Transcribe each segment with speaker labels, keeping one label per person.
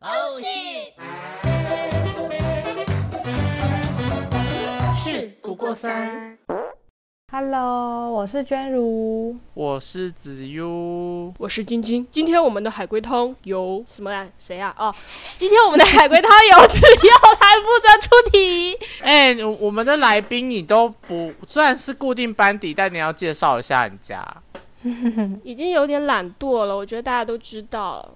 Speaker 1: Oh shit！事不过三。
Speaker 2: Hello，我是娟如。
Speaker 3: 我是子悠，
Speaker 4: 我是晶晶。今天我们的海龟汤由什么来？谁呀、啊？哦，今天我们的海龟汤由子耀来负责出题。
Speaker 3: 哎、我我们的来宾你都不，虽然是固定班底，但你要介绍一下人家。
Speaker 4: 已经有点懒惰了，我觉得大家都知道。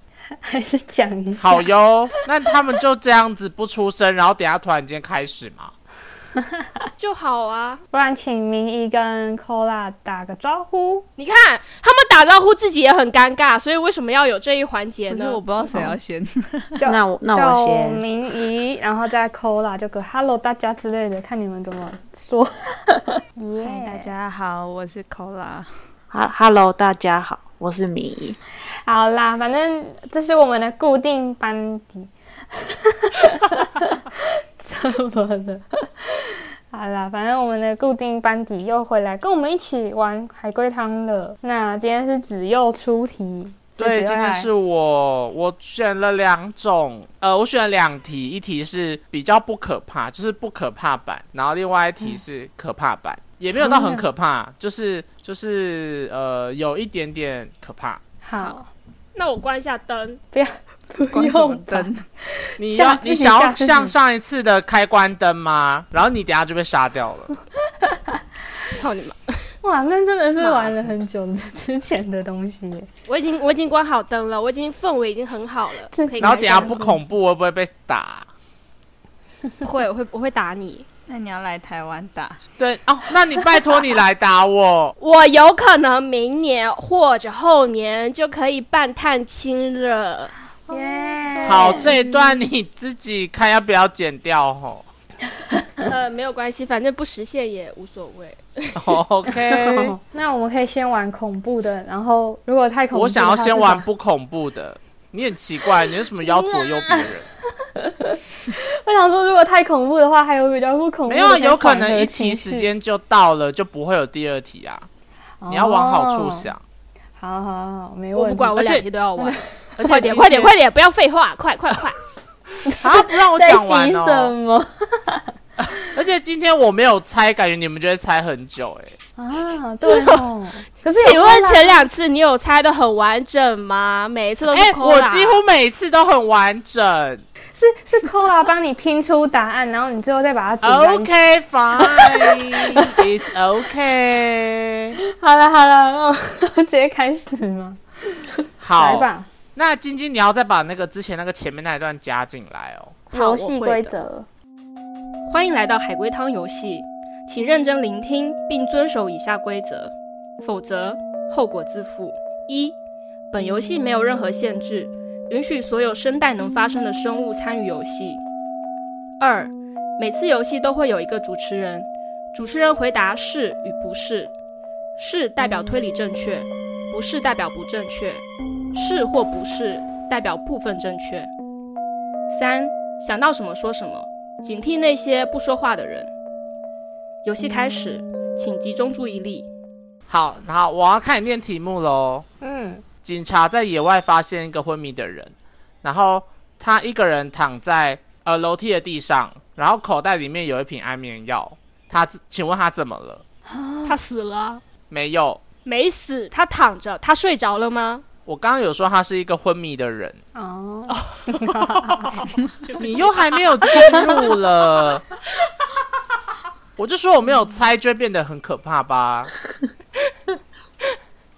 Speaker 2: 还是讲一下，
Speaker 3: 好哟，那他们就这样子不出声，然后等一下突然间开始嘛。
Speaker 4: 就好啊。
Speaker 2: 不然请明一跟 Cola 打个招呼。
Speaker 4: 你看他们打招呼自己也很尴尬，所以为什么要有这一环节
Speaker 5: 可是
Speaker 4: 呢？
Speaker 5: 我不知道谁要先，
Speaker 2: 就
Speaker 1: 那我那我
Speaker 2: 叫
Speaker 1: 先，
Speaker 2: 明仪，然后再 Cola 就个 Hello 大家之类的，看你们怎么说。耶、
Speaker 5: 嗨， 大家好，我是 Cola。
Speaker 1: 哈，Hello，大家好，我是米仪。
Speaker 2: 好啦，反正这是我们的固定班底。怎么了？好啦，反正我们的固定班底又回来跟我们一起玩海龟汤了。那今天是子佑出题，所以
Speaker 3: 对，
Speaker 2: 子
Speaker 3: 今
Speaker 2: 佑
Speaker 3: 天
Speaker 2: 来
Speaker 3: 是我，我选了两种，呃，我选了两题，一题是比较不可怕，就是不可怕版，然后另外一题是可怕版，也没有到很可怕，就是就是呃，有一点点可怕。
Speaker 2: 好，
Speaker 4: 那我关一下灯。
Speaker 2: 不
Speaker 5: 关什么
Speaker 2: 用吧
Speaker 5: 灯？
Speaker 3: 你
Speaker 2: 吓
Speaker 3: 要
Speaker 2: 自己
Speaker 3: 你想
Speaker 2: 吓
Speaker 3: 要
Speaker 2: 自己
Speaker 3: 像上一次的开关灯吗？然后你等一下就被杀掉了。
Speaker 4: 操你妈！
Speaker 2: 哇，那真的是玩了很久的之前的东西耶。
Speaker 4: 我已经我已经关好灯了，我已经氛围已经很好了。
Speaker 2: 自
Speaker 4: 可以
Speaker 2: 己
Speaker 3: 然后
Speaker 4: 开
Speaker 3: 等一下
Speaker 4: 始
Speaker 3: 不恐怖，会不会被打？
Speaker 4: 不会，我会我会打你。。
Speaker 5: 那你要来台湾打？
Speaker 3: 对哦，那你拜托你来 打我
Speaker 4: 我有可能明年或者后年就可以办探亲了。
Speaker 2: 耶
Speaker 3: 好，这一段你自己看要不要剪掉吼。
Speaker 4: 呃，没有关系，反正不实现也无所谓。
Speaker 3: 哦 OK，
Speaker 2: 那我们可以先玩恐怖的，然后如果太恐怖，
Speaker 3: 我想要
Speaker 2: 它
Speaker 3: 先
Speaker 2: 至
Speaker 3: 玩
Speaker 2: 少。
Speaker 3: 不恐怖的。你很奇怪，你为什么要左右别 人？
Speaker 2: 我想说，如果太恐怖的话，还有比较不恐怖的，
Speaker 3: 没有，啊有可
Speaker 2: 才
Speaker 3: 能
Speaker 2: 缓和
Speaker 3: 一
Speaker 2: 情
Speaker 3: 题
Speaker 2: 绪
Speaker 3: 时，间就到了，就不会有第二题啊。你要往好处
Speaker 2: 哦。
Speaker 3: 想，
Speaker 2: 好好好，没问题。
Speaker 4: 我不管，我
Speaker 3: 而且
Speaker 4: 两题都要玩。
Speaker 3: 而且
Speaker 4: 快
Speaker 3: 今
Speaker 4: 点，快点，
Speaker 3: 天
Speaker 4: 快点！不要废话，快快快！
Speaker 3: 啊！不让我
Speaker 2: 在
Speaker 3: 讲
Speaker 2: 急
Speaker 3: 完
Speaker 2: 什
Speaker 3: 哦。
Speaker 2: 么
Speaker 3: 而且今天我没有猜，感觉你们就会猜很久哎、
Speaker 2: 啊？对 哦。可是
Speaker 4: 请
Speaker 2: 有
Speaker 4: 问
Speaker 3: 啊
Speaker 2: 啦
Speaker 4: 前两次你有猜的很完整吗？每一次都是
Speaker 3: 哎、
Speaker 4: 空
Speaker 3: 我
Speaker 4: 啦
Speaker 3: 几乎每次都很完整。
Speaker 2: 是是 Cola 帮你拼出答案，然后你最后再把它组在一起。
Speaker 3: OK, fine, it's OK。
Speaker 2: 好了好了，那我 直接开始吗？来
Speaker 3: 好，
Speaker 2: 吧，
Speaker 3: 那晶晶，你要再把那个之前那个前面那一段加进来哦。
Speaker 4: 好
Speaker 2: 游戏
Speaker 4: 我会
Speaker 2: 规
Speaker 4: 的
Speaker 2: 则。
Speaker 4: 欢迎来到海龟汤游戏，请认真聆听并遵守以下规则，否则后果自负。一，本游戏没有任何限制，允许所有声带能发声的生物参与游戏。二，每次游戏都会有一个主持人，主持人回答是与不是，是代表推理正确，不是代表不正确，是或不是代表部分正确。三，想到什么说什么。警惕那些不说话的人。游戏开始，请集中注意力。
Speaker 3: 好，好，我要开始念题目喽。
Speaker 2: 嗯，
Speaker 3: 警察在野外发现一个昏迷的人，然后他一个人躺在呃楼梯的地上，然后口袋里面有一瓶安眠药。他自，请问他怎么了？
Speaker 4: 他死了？
Speaker 3: 没有，
Speaker 4: 没死，他躺着。他睡着了吗？
Speaker 3: 我刚刚有说他是一个昏迷的人，
Speaker 2: 哦，
Speaker 3: 你又还没有进入了。我就说我没有猜，就会变得很可怕吧？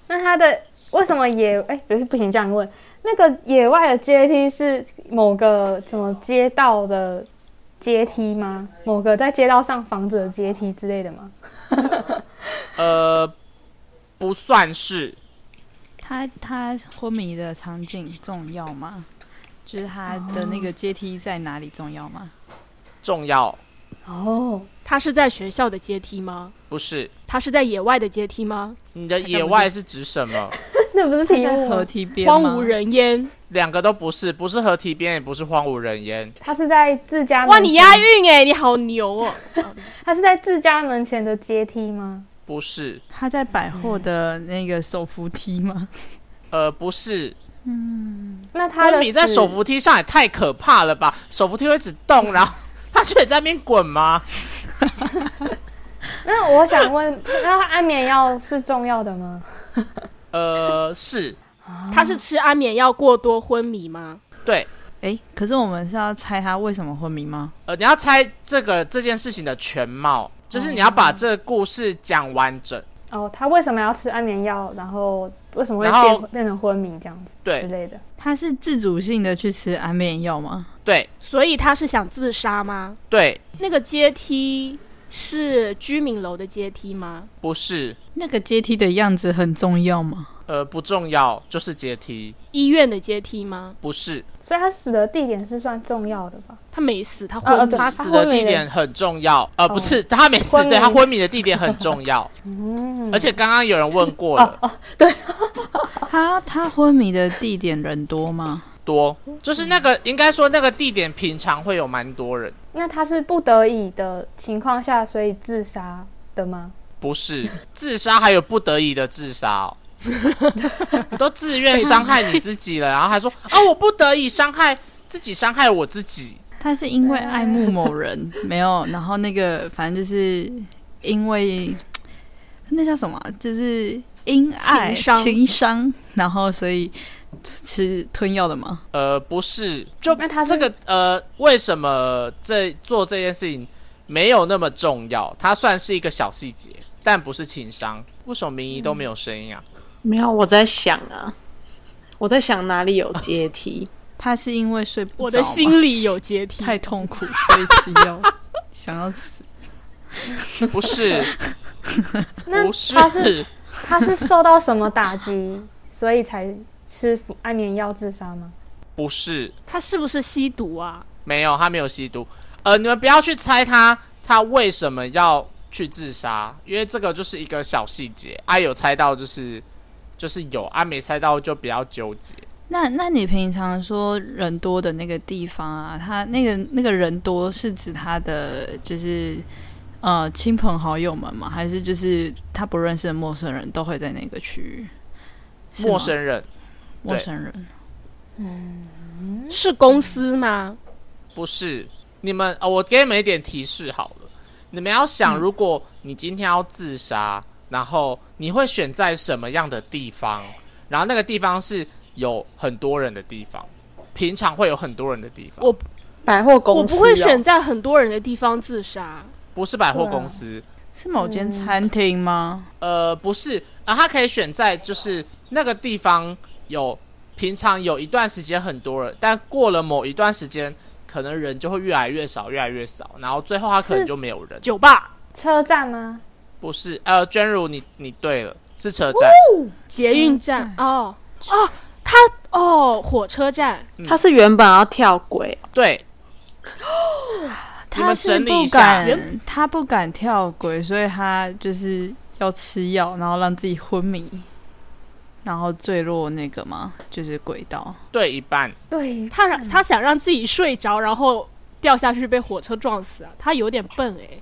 Speaker 2: 那它的为什么野哎、不是不行这样问，那个野外的阶梯是某个什么街道的阶梯吗？某个在街道上房子的阶梯之类的吗？
Speaker 3: 呃，不算是，
Speaker 5: 他他昏迷的场景重要吗？就是他的那个阶梯在哪里重要吗？
Speaker 3: 重要
Speaker 2: 哦，
Speaker 4: 他是在学校的阶梯吗？
Speaker 3: 不是。
Speaker 4: 他是在野外的阶梯吗？
Speaker 3: 你的野外是指什么？
Speaker 2: 哦那不是
Speaker 5: 他
Speaker 2: 题
Speaker 5: 在
Speaker 2: 目
Speaker 5: 河
Speaker 2: 吗，
Speaker 5: 堤边吗？
Speaker 4: 荒无人烟。
Speaker 3: 两个都不是，不是河堤边，也不是荒无人烟。
Speaker 2: 它是在自家门
Speaker 4: 哇，你
Speaker 2: 前
Speaker 4: 押韵哎，你好牛哦！
Speaker 2: 它是在自家门前的阶梯吗？
Speaker 3: 不是，
Speaker 5: 他在百货的那个手扶梯吗？
Speaker 3: 呃，不是，
Speaker 2: 那他
Speaker 3: 昏
Speaker 2: 的
Speaker 3: 迷在
Speaker 2: 死
Speaker 3: 手扶梯上也太可怕了吧！手扶梯会一直动，然后他却在那边滚吗？
Speaker 2: 那我想问，那安眠药是重要的吗？
Speaker 3: 呃，是
Speaker 4: 他是吃安眠药过多昏迷吗？
Speaker 3: 对。
Speaker 5: 哎，可是我们是要猜他为什么昏迷吗？
Speaker 3: 呃，你要猜这个这件事情的全貌，就是你要把这个故事讲完整。
Speaker 2: 哦，他为什么要吃安眠药？然后为什么
Speaker 3: 然后
Speaker 2: 会变变成昏迷这样子之
Speaker 3: 对
Speaker 2: 类的？
Speaker 5: 他是自主性的去吃安眠药吗？
Speaker 3: 对
Speaker 4: 所以他是想自杀吗？
Speaker 3: 对，
Speaker 4: 那个阶梯是居民楼的阶梯吗？
Speaker 3: 不是，
Speaker 5: 那个阶梯的样子很重要吗？
Speaker 3: 呃，不重要，就是阶梯，
Speaker 4: 医院的阶梯吗？
Speaker 3: 不是。
Speaker 2: 所以他死的地点是算重要的吧？
Speaker 4: 他没死，他
Speaker 2: 哦
Speaker 4: 昏迷。
Speaker 2: 对
Speaker 3: 他死的地点很重要，呃，不是，他没死
Speaker 2: 哦昏，迷
Speaker 3: 对他昏迷的地点很重要。
Speaker 2: 嗯，哦
Speaker 3: 而且刚刚有人问过了，
Speaker 5: 他他昏迷的地点人多吗？
Speaker 3: 多就是那个应该说那个地点平常会有蛮多人，
Speaker 2: 那他是不得已的情况下，所以自杀的吗？
Speaker 3: 不是自杀，还有不得已的自 杀、哦。你都自愿伤害你自己了，然后还说啊，我不得已伤害自己，伤害我自己。
Speaker 5: 他是因为爱慕某人 没有，然后那个反正就是因为那叫什么啊，就是因爱
Speaker 4: 情伤
Speaker 5: 情伤，然后所以吃吞药的吗？
Speaker 3: 呃，不是，就
Speaker 2: 那他是
Speaker 3: 这个呃，为什么这做这件事情没有那么重要？它算是一个小细节，但不是情商。为什么明仪都没有声音 啊？
Speaker 1: 没有，我在想啊，我在想哪里有阶梯。
Speaker 5: 他是因为睡不着吗
Speaker 4: 我的心里有阶梯，
Speaker 5: 太痛苦，所以吃 药，想要死。
Speaker 3: 不是，
Speaker 2: 那
Speaker 3: 不是，
Speaker 2: 他是他是受到什么打击， 所以才吃服安眠药自杀吗？
Speaker 3: 不是，
Speaker 4: 他是不是吸毒啊？
Speaker 3: 没有，他没有吸毒。呃，你们不要去猜他他为什么要去自杀，因为这个就是一个小细节。啊，有猜到就是就是有，啊没猜到就比较纠结。
Speaker 5: 那那你平常说人多的那个地方啊，他那个那个人多是指他的就是呃亲朋好友们吗？还是就是他不认识的陌生人都会在那个区域？是吗
Speaker 3: 陌生人
Speaker 5: 陌生人，
Speaker 4: 是公司吗？
Speaker 3: 不是你们、哦，我给你们一点提示好了，你们要想，如果你今天要自杀，然后你会选在什么样的地方？然后那个地方是有很多人的地方，平常会有很多人的地方。
Speaker 4: 我
Speaker 1: 百货嗯公司、哦
Speaker 4: 我不会选，在很多人的地方自杀。
Speaker 3: 不是百货
Speaker 2: 对啊
Speaker 3: 公司，
Speaker 5: 是某间餐厅吗？
Speaker 3: 呃，不是啊，他可以选在就是那个地方有平常有一段时间很多人，但过了某一段时间，可能人就会越来越少，越来越少，然后最后他可能
Speaker 2: 是
Speaker 3: 就没有人。
Speaker 4: 酒吧、
Speaker 2: 车站吗？
Speaker 3: 不是，呃，娟如，你你对了，是车站，
Speaker 4: 捷运站
Speaker 5: 车
Speaker 4: 哦哦，他哦火车站，
Speaker 1: 他是原本要跳轨，哦
Speaker 3: 对，你
Speaker 5: 他
Speaker 3: 们
Speaker 5: 是
Speaker 3: 整理
Speaker 5: 不
Speaker 3: 一下
Speaker 5: 敢，他不敢跳轨，所以他就是要吃药，然后让自己昏迷，然后坠落那个吗？就是轨道。
Speaker 3: 对一半，
Speaker 2: 对，
Speaker 4: 他让他想让自己睡着，然后掉下去被火车撞死啊！他有点笨哎、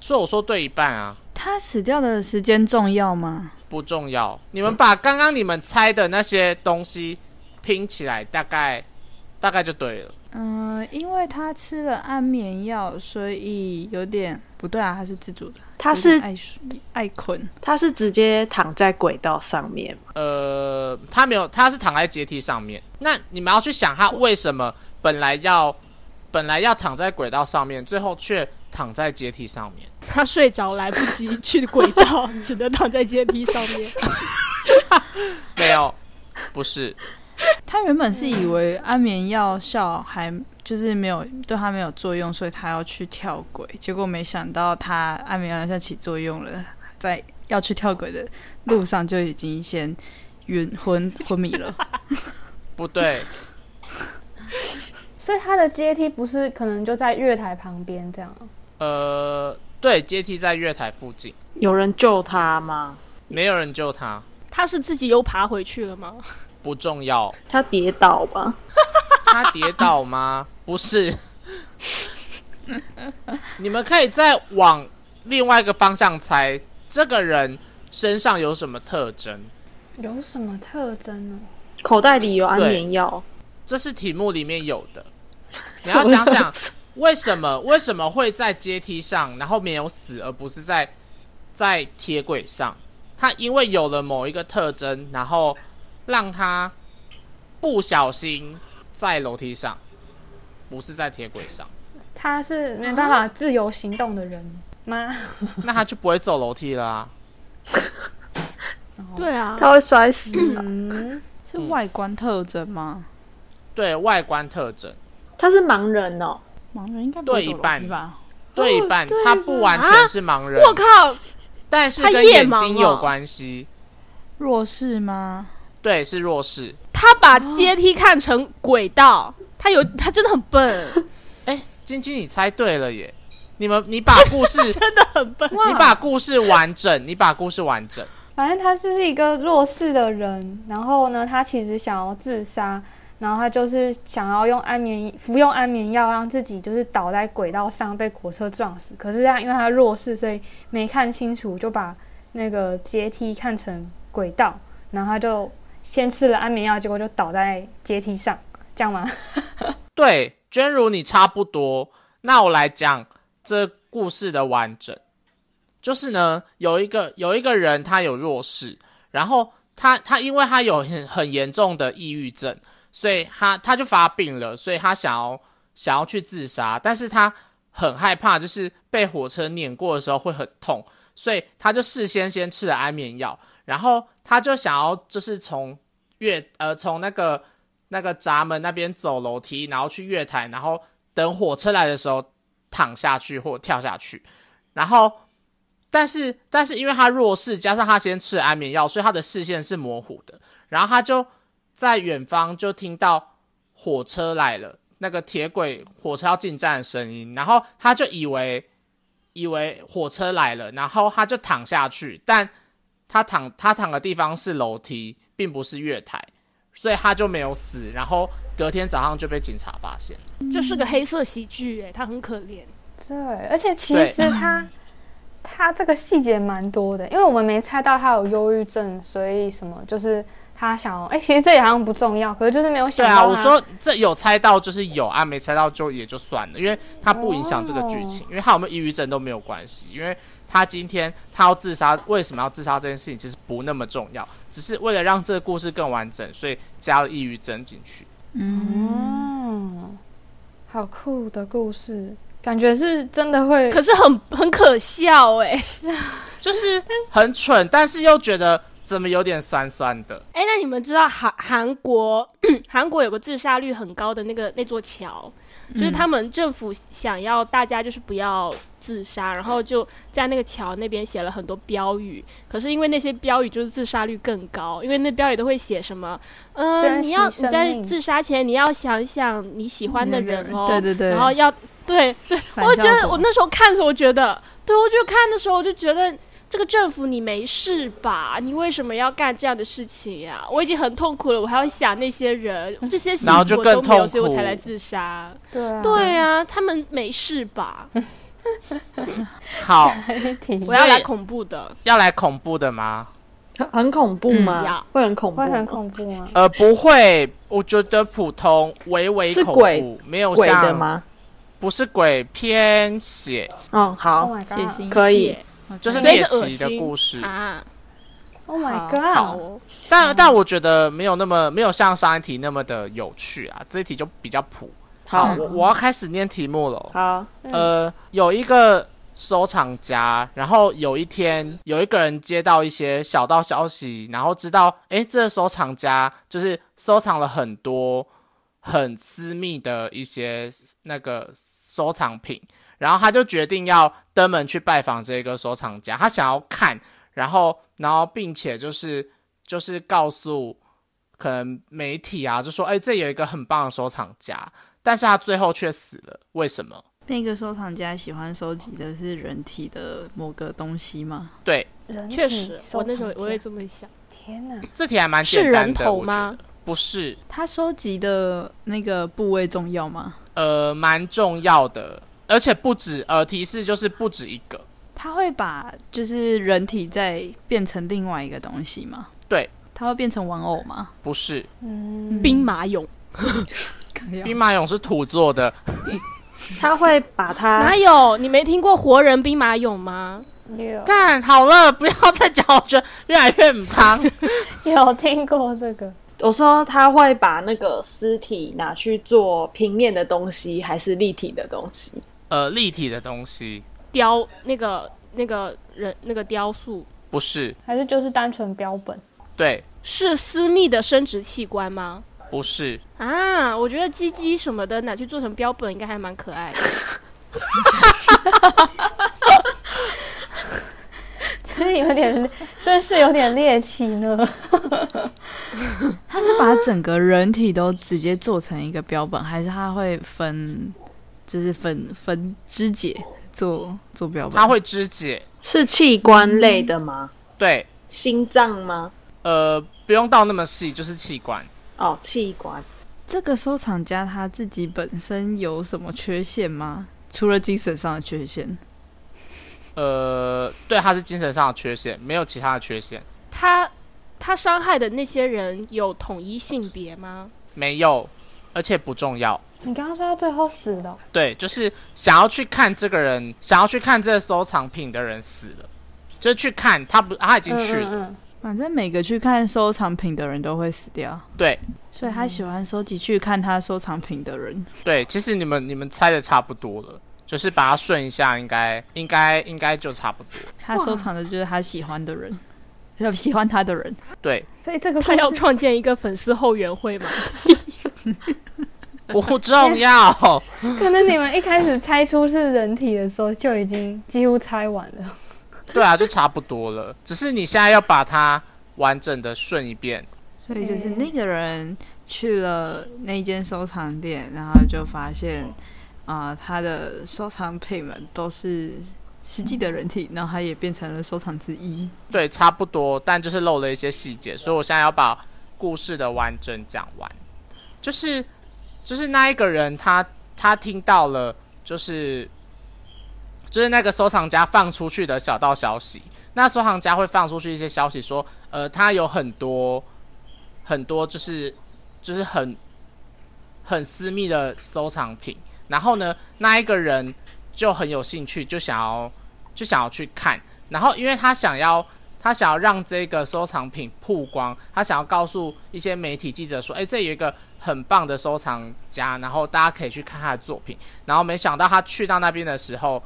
Speaker 3: 所以我说对一半啊，
Speaker 5: 他死掉的时间重要吗？
Speaker 3: 不重要。你们把刚刚你们猜的那些东西拼起来，大概大概就对了。
Speaker 5: 嗯，因为他吃了安眠药，所以有点不对啊。他是自主的，
Speaker 1: 他
Speaker 5: 有点
Speaker 1: 是
Speaker 5: 爱睡爱困，
Speaker 1: 他是直接躺在轨道上面嘛
Speaker 3: 呃，他没有，他是躺在阶梯上面。那你们要去想，他为什么本来要本来要躺在轨道上面，最后却躺在阶梯上面？
Speaker 4: 他睡着来不 及去轨道，只能躺在阶梯上面。
Speaker 3: 没有，不是，
Speaker 5: 他原本是以为安眠药效还就是没有对他没有作用，所以他要去跳轨。结果没想到他安眠药效起作用了，在要去跳轨的路上就已经先晕昏昏迷了。
Speaker 3: 不对，
Speaker 2: 所以他的阶梯不是可能就在月台旁边这样？
Speaker 3: 呃，对，阶梯在月台附近，
Speaker 1: 有人救他吗？
Speaker 3: 没有人救他，
Speaker 4: 他是自己又爬回去了吗？
Speaker 3: 不重要。
Speaker 1: 他跌倒吧？
Speaker 3: 他跌倒吗？不是。你们可以再往另外一个方向猜，这个人身上有什么特征？
Speaker 2: 有什么特征呢？
Speaker 1: 口袋里有安眠药，
Speaker 3: 这是题目里面有 的。你要想想，为什么为什么会在阶梯上，然后没有死，而不是在在铁轨上？他因为有了某一个特征，然后让他不小心在楼梯上，不是在铁轨 上，
Speaker 2: 他是没办法自由行动的人吗？
Speaker 3: 那他就不会走楼梯了啊。
Speaker 4: 对啊，
Speaker 1: 他会摔死。
Speaker 2: 嗯，
Speaker 5: 是外观特征吗？
Speaker 3: 对外观特征，
Speaker 4: 哦
Speaker 1: 他是盲人哦，
Speaker 5: 盲人应该不会
Speaker 3: 对
Speaker 5: 走
Speaker 3: 一
Speaker 5: 楼
Speaker 3: 半
Speaker 5: 梯吧？
Speaker 3: 对一半，他不完全是盲人，
Speaker 4: 啊我靠，
Speaker 3: 但是
Speaker 4: 他
Speaker 3: 跟
Speaker 4: 夜
Speaker 3: 眼
Speaker 4: 盲
Speaker 3: 睛
Speaker 4: 哦
Speaker 3: 有关系。
Speaker 5: 弱势吗？
Speaker 3: 对，是弱势。
Speaker 4: 他把阶梯看成轨道，他有他真的很笨，
Speaker 3: 哎、晶晶，你猜对了耶！你们，你把故事，你
Speaker 4: 真的啊很笨。
Speaker 2: 哇
Speaker 3: 把故事完整，你把故事完整。
Speaker 2: 反正他就是一个弱势的人，然后呢，他其实想要自杀，然后他就是想要用安眠服用安眠药，让自己就是倒在轨道上被火车撞死。可是他因为他弱势，所以没看清楚，就把那个阶梯看成轨道，然后他就先吃了安眠药，结果就倒在阶梯上，这样吗？
Speaker 3: 对，娟如你差不多。那我来讲这故事的完整，就是呢，有一个有一个人他有弱势，然后他他因为他有很很严重的抑郁症，所以他他就发病了，所以他想要想要去自杀，但是他很害怕，就是被火车碾过的时候会很痛，所以他就事先先吃了安眠药，然后他就想要就是从月呃从那个那个闸门那边走楼梯，然后去月台，然后等火车来的时候躺下去或跳下去。然后，但是但是因为他弱视，加上他先吃了安眠药，所以他的视线是模糊的。然后他就在远方就听到火车来了，那个铁轨火车要进站的声音，然后他就以为以为火车来了，然后他就躺下去，但他躺他躺的地方是楼梯，并不是月台。所以他就没有死，然后隔天早上就被警察发现。
Speaker 4: 这是个黑色喜剧，哎，他很可怜。
Speaker 2: 对，而且其
Speaker 3: 对
Speaker 2: 实 他他这个细节蛮多的，因为我们没猜到他有忧郁症，所以什么就是他想要，哎、其实这也好像不重要，可是就是没有
Speaker 3: 对
Speaker 2: 想到
Speaker 3: 啊，我
Speaker 2: 他
Speaker 3: 说这有猜到就是有啊，没猜到就也就算了，因为它不影响这个剧
Speaker 1: 哦
Speaker 3: 情，因为他有没有抑郁症都没有关系，因为他今天他要自杀，为什么要自杀这件事情其实不那么重要，只是为了让这个故事更完整，所以加了抑郁症进去。
Speaker 2: 嗯，好酷的故事，感觉是真的会
Speaker 4: 可是很很可笑哎、
Speaker 3: 就是很蠢，但是又觉得怎么有点酸酸的。
Speaker 4: 哎、那你们知道韩韩国 韩国有个自杀率很高的那个那座桥，就是他们政府想要大家就是不要自杀，然后就在那个桥那边写了很多标语。可是因为那些标语就是自杀率更高，因为那标语都会写什么，嗯、
Speaker 2: 珍惜
Speaker 4: 你要你
Speaker 2: 生
Speaker 4: 在
Speaker 2: 命
Speaker 4: 自杀前你要想一想你喜欢的
Speaker 5: 那个
Speaker 4: 人哦，
Speaker 5: 对对对，
Speaker 4: 然后要对
Speaker 5: 反
Speaker 4: 我
Speaker 5: 效
Speaker 4: 觉得
Speaker 5: 果
Speaker 4: 我那时候看的时候，我觉得，对我就看的时候，我就觉得这个政府你没事吧？你为什么要干这样的事情呀、我已经很痛苦了，我还要想那些人，这些幸
Speaker 3: 然后
Speaker 4: 福
Speaker 3: 就
Speaker 4: 我都
Speaker 3: 更
Speaker 4: 没有，
Speaker 3: 痛
Speaker 4: 所以我才
Speaker 3: 苦
Speaker 4: 来自杀。
Speaker 2: 对啊，
Speaker 4: 对啊，他们没事吧？
Speaker 3: 好，
Speaker 2: 挺
Speaker 4: 我要来恐怖的，
Speaker 3: 要来恐怖的吗？
Speaker 1: 很很恐怖吗？
Speaker 4: 嗯呀
Speaker 1: 会很恐怖吗，
Speaker 2: 会很恐怖啊吗？
Speaker 3: 呃，不会，我觉得普通，微微
Speaker 1: 是
Speaker 3: 恐
Speaker 1: 鬼
Speaker 3: 怖，没有
Speaker 1: 鬼
Speaker 3: 像
Speaker 1: 的吗？
Speaker 3: 不是鬼偏血，
Speaker 1: 哦，好
Speaker 2: Oh，my
Speaker 5: 血
Speaker 2: god！
Speaker 5: 腥
Speaker 1: 可以
Speaker 4: 血
Speaker 3: 就是
Speaker 4: 所以
Speaker 3: 猎
Speaker 4: 是恶
Speaker 3: 奇的
Speaker 4: 心
Speaker 3: 故事。
Speaker 4: 啊！
Speaker 2: Oh my
Speaker 4: 好
Speaker 2: god！
Speaker 4: 哦，
Speaker 3: 但但我觉得没有那么没有像上一题那么的有趣啊，这一题就比较普。
Speaker 1: 好
Speaker 3: 我我要开始念题目了。哦
Speaker 1: 好，
Speaker 3: 呃，有一个收藏家，然后有一天有一个人接到一些小道消息，然后知道，诶，这个收藏家就是收藏了很多很私密的一些那个收藏品，然后他就决定要登门去拜访这个收藏家，他想要看，然后然后并且就是就是告诉可能媒体啊，就说，诶，这有一个很棒的收藏家。但是他最后却死了，为什么？
Speaker 5: 那个收藏家喜欢收集的是人体的某个东西吗？
Speaker 3: 对，
Speaker 2: 人体
Speaker 4: 确实，我
Speaker 2: 收
Speaker 4: 那时候
Speaker 2: 藏
Speaker 4: 我也
Speaker 2: 家
Speaker 4: 这么想，
Speaker 2: 天哪，
Speaker 3: 这题还蛮
Speaker 4: 是
Speaker 3: 简单
Speaker 4: 人
Speaker 3: 的，
Speaker 4: 头
Speaker 3: 我觉
Speaker 4: 吗
Speaker 3: 得？不是，
Speaker 5: 他收集的那个部位重要吗？
Speaker 3: 呃，蛮重要的，而且不止，呃，提示就是不止一个，
Speaker 5: 他会把就是人体再变成另外一个东西吗？
Speaker 3: 对，
Speaker 5: 它会变成玩偶吗？
Speaker 3: 不是，
Speaker 2: 嗯，
Speaker 6: 兵马俑
Speaker 3: 兵马俑是土做的，
Speaker 1: 他会把它
Speaker 4: 哪有？你没听过活人兵马俑吗？
Speaker 2: 有
Speaker 3: 干好了，不要再讲，我觉得越来越母汤。
Speaker 2: 有听过这个，
Speaker 1: 我说他会把那个尸体拿去做平面的东西，还是立体的东西？
Speaker 3: 呃，立体的东西
Speaker 4: 雕那个那个人那个雕塑
Speaker 3: 不是，
Speaker 2: 还是就是单纯标本？
Speaker 3: 对，
Speaker 4: 是私密的生殖器官吗？
Speaker 3: 不是，
Speaker 4: 啊，我觉得鸡鸡什么的拿去做成标本，应该还蛮可爱的。
Speaker 2: 真有点，真是有点猎奇呢。
Speaker 5: 它是把整个人体都直接做成一个标本，还是它会分，就是分分肢解做做标本？
Speaker 3: 它会肢解，
Speaker 1: 是器官类的吗？
Speaker 3: 对，
Speaker 1: 嗯心脏吗？
Speaker 3: 呃，不用到那么细，就是器官。
Speaker 1: 哦，器官。
Speaker 5: 这个收藏家他自己本身有什么缺陷吗？除了精神上的缺陷，
Speaker 3: 呃，对，它是精神上的缺陷，没有其他的缺陷，
Speaker 4: 他他伤害的那些人有统一性别 吗？
Speaker 3: 没有，而且不重要。
Speaker 2: 你刚刚说他最后死的哦、
Speaker 3: 对，就是想要去看这个人，想要去看这个收藏品的人死了，就是去看他不，他已经去了。
Speaker 2: 嗯嗯
Speaker 5: 反正每个去看收藏品的人都会死掉，
Speaker 3: 对
Speaker 5: 所以他喜欢收集去看他收藏品的人。
Speaker 3: 对，其实你们你们猜的差不多了，就是把它顺一下，应该应该应该就差不多。
Speaker 5: 他收藏的就是他喜欢的人，要 喜欢他的人。
Speaker 3: 对，
Speaker 2: 嗯所以这个
Speaker 4: 他
Speaker 2: 故
Speaker 4: 要
Speaker 2: 事
Speaker 4: 创 建一个粉丝后援会吗？
Speaker 3: 不重要。
Speaker 2: 可能你们一开始猜出是人体的时候就已经几乎猜完了。
Speaker 3: 对啊，就差不多了，只是你现在要把它完整的顺一遍。
Speaker 5: 所以就是
Speaker 2: 嗯
Speaker 5: 那个人去了那间收藏店，然后就发现啊、他的收藏品们都是实际的人体，然后他也变成了收藏之一。
Speaker 3: 对，差不多，但就是漏了一些细节，所以我现在要把故事的完整讲完。就是就是那一个人他他听到了，就是就是那个收藏家放出去的小道消息。那收藏家会放出去一些消息说，呃，他有很多很多就是就是很很私密的收藏品。然后呢，那一个人就很有兴趣，就想要就想要去看。然后因为他想要他想要让这个收藏品曝光，他想要告诉一些媒体记者说，哎，这有一个很棒的收藏家，然后大家可以去看他的作品。然后没想到他去到那边的时候，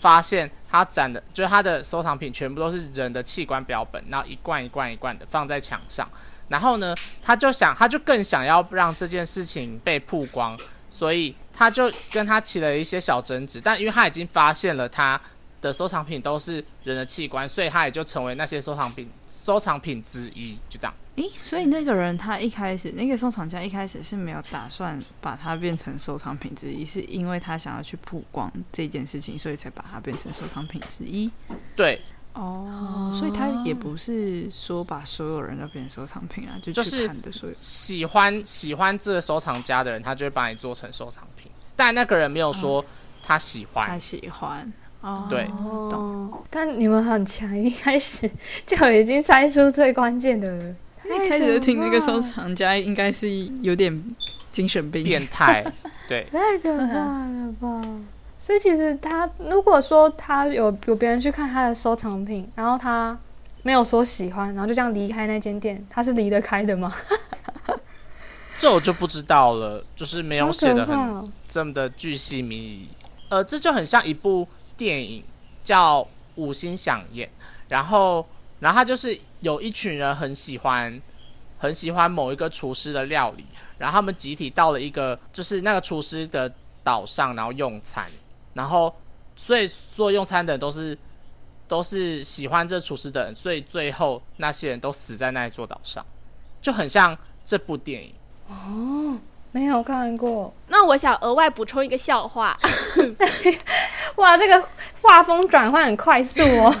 Speaker 3: 发现他展的就是他的收藏品全部都是人的器官标本，然后一罐一罐一罐的放在墙上。然后呢，他就想，他就更想要让这件事情被曝光，所以他就跟他起了一些小争执。但因为他已经发现了他的收藏品都是人的器官，所以他也就成为那些收藏品收藏品之一，就这样。
Speaker 5: 诶，所以那个人他一开始那个收藏家一开始是没有打算把它变成收藏品之一，是因为他想要去曝光这件事情，所以才把它变成收藏品之一。
Speaker 3: 对，
Speaker 5: 哦，所以他也不是说把所有人都变成收藏品啊，就
Speaker 3: 就
Speaker 5: 去
Speaker 3: 是
Speaker 5: 看的所有。
Speaker 3: 喜欢喜欢这个收藏家的人，他就会把你做成收藏品，但那个人没有
Speaker 2: 嗯
Speaker 3: 说他喜欢。
Speaker 5: 他喜欢哦，
Speaker 3: 对
Speaker 5: 懂。
Speaker 2: 哦，但你们很强，一开始就已经猜出最关键的了。
Speaker 5: 一开始就听那个收藏家应该是有点精神病，
Speaker 3: 变态，对
Speaker 2: 太可怕了吧！所以其实他如果说他有有别人去看他的收藏品，然后他没有说喜欢，然后就这样离开那间店，他是离得开的吗？
Speaker 3: 这我就不知道了，就是没有
Speaker 2: 好
Speaker 3: 写
Speaker 2: 可
Speaker 3: 的
Speaker 2: 怕
Speaker 3: 很
Speaker 2: 哦！
Speaker 3: 这么的巨细靡遗。呃，这就很像一部电影叫《五星响宴》，然后，然后他就是有一群人很喜欢，很喜欢某一个厨师的料理，然后他们集体到了一个就是那个厨师的岛上，然后用餐，然后所以所有用餐的人都是都是喜欢这厨师的人，所以最后那些人都死在那一座岛上，就很像这部电影。
Speaker 2: 没有看过，
Speaker 4: 那我想额外补充一个笑话，
Speaker 2: 哇，这个画风转换很快速哦，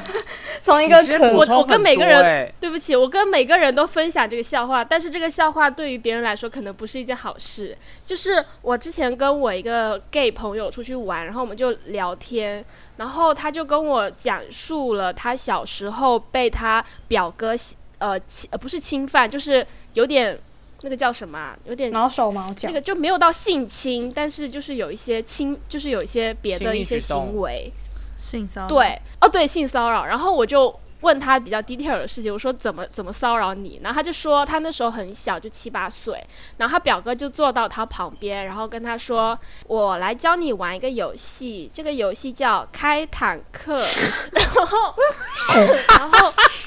Speaker 2: 从一个
Speaker 3: 你直接
Speaker 2: 可
Speaker 3: 补充
Speaker 4: 我跟
Speaker 3: 很
Speaker 4: 每个
Speaker 3: 多
Speaker 4: 人
Speaker 3: 欸
Speaker 4: 对不起，我跟每个人都分享这个笑话，但是这个笑话对于别人来说可能不是一件好事。就是我之前跟我一个 gay 朋友出去玩，然后我们就聊天，然后他就跟我讲述了他小时候被他表哥呃侵呃不是侵犯，就是有点那个叫什么、啊，有点
Speaker 2: 毛手毛脚
Speaker 4: 那，个就没有到性侵，但是就是有一些侵，就是有一些别
Speaker 3: 亲
Speaker 4: 的
Speaker 3: 密
Speaker 4: 一些
Speaker 3: 举动
Speaker 4: 行为。
Speaker 5: 性骚扰，
Speaker 4: 对，哦对，性骚扰。然后我就问他比较 detail 的事情，我说怎么怎么骚扰你？然后他就说他那时候很小，就七八岁，然后他表哥就坐到他旁边，然后跟他说：“我来教你玩一个游戏，这个游戏叫开坦克。” 然后，然后。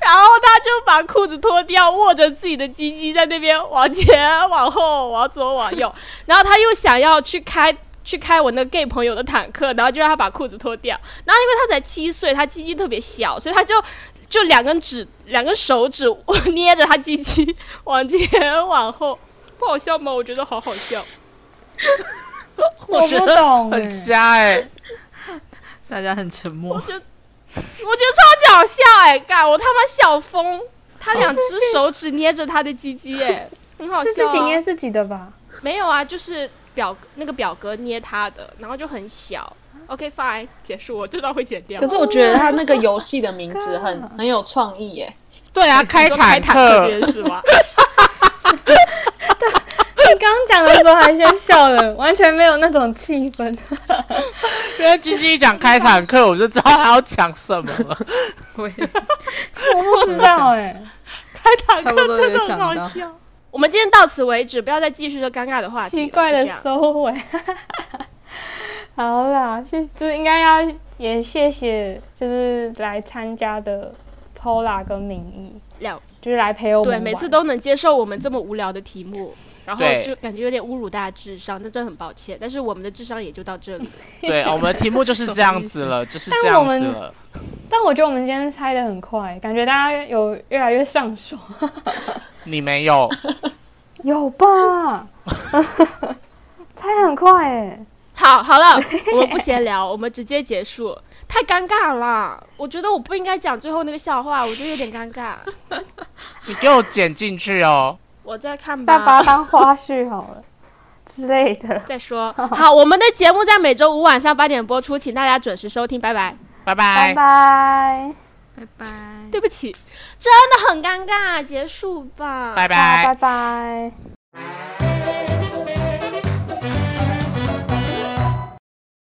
Speaker 4: 然后他就把裤子脱掉，握着自己的鸡鸡在那边往前、往后、往左、往右，然后他又想要去开去开我那个 gay 朋友的坦克，然后就让他把裤子脱掉。然后因为他才七岁，他鸡鸡特别小，所以他就就两根指两根手指 捏着他鸡鸡 往前往后，不好笑吗？我觉得好好笑。
Speaker 2: 我不懂欸
Speaker 3: 很瞎哎、
Speaker 5: 大家很沉默。
Speaker 4: 我觉得超级好笑哎、干我他妈笑疯！他两只手指捏着他的鸡鸡 哎，很好笑、啊。
Speaker 2: 是自己捏自己的吧？
Speaker 4: 没有啊，就是表那个表哥捏他的，然后就很小。OK fine，结束，我这段会剪掉。
Speaker 1: 可是我觉得他那个游戏的名字
Speaker 2: Oh
Speaker 1: 很
Speaker 2: my god
Speaker 1: 很有创意耶，
Speaker 3: 对啊，
Speaker 4: 你
Speaker 3: 开
Speaker 4: 说开
Speaker 3: 坦
Speaker 4: 坦
Speaker 3: 克
Speaker 4: 这，件事吗？
Speaker 2: 你刚刚讲的时候还先笑了，完全没有那种气氛。
Speaker 3: 因为君君一讲开坦 克，我就知道他要讲什么了。
Speaker 5: 我也
Speaker 2: 我不知道哎、
Speaker 4: 开坦
Speaker 5: 差不
Speaker 4: 克
Speaker 5: 多
Speaker 4: 真的
Speaker 5: 有
Speaker 4: 很好
Speaker 5: 想到
Speaker 4: 笑。我们今天到此为止，不要再继续这尴尬的话题了。
Speaker 2: 奇怪的
Speaker 4: 就这样
Speaker 2: 收尾。 好啦，谢，就是应该要也谢谢，就是来参加的 Pola 跟明义，
Speaker 4: 了，
Speaker 2: 就是来陪我们
Speaker 4: 对，
Speaker 2: 玩。
Speaker 4: 每次都能接受我们这么无聊的题目， 然后
Speaker 3: 对
Speaker 4: 就感觉有点侮辱大家智商，那真的很抱歉。但是我们的智商也就到这 里。
Speaker 3: 对，啊我们的题目就是这样子 了，就是这
Speaker 2: 但我
Speaker 3: 样
Speaker 2: 们
Speaker 3: 子了。
Speaker 2: 但我觉得我们今天猜的很快，感觉大家有越来越上手，
Speaker 3: 你没有，
Speaker 2: 有吧？ 猜得很快哎、
Speaker 4: 好，好 了，我们不闲聊，我们直接结束，太尴尬了。我觉得我不应该讲最后那个笑话，我觉得有点尴 尬。
Speaker 3: 你给我剪进去哦。
Speaker 4: 我再看
Speaker 2: 再把
Speaker 4: 吧
Speaker 2: 它。当花絮好了之类的。
Speaker 4: 再 说好，我们的节目在每周五晚上八点播出，请大家准时收听，拜拜。
Speaker 3: 拜
Speaker 2: 拜拜，
Speaker 5: 拜拜。
Speaker 4: 对不起，真的很尴尬，结束吧。
Speaker 3: 拜
Speaker 2: 好
Speaker 3: 拜
Speaker 2: 拜。拜。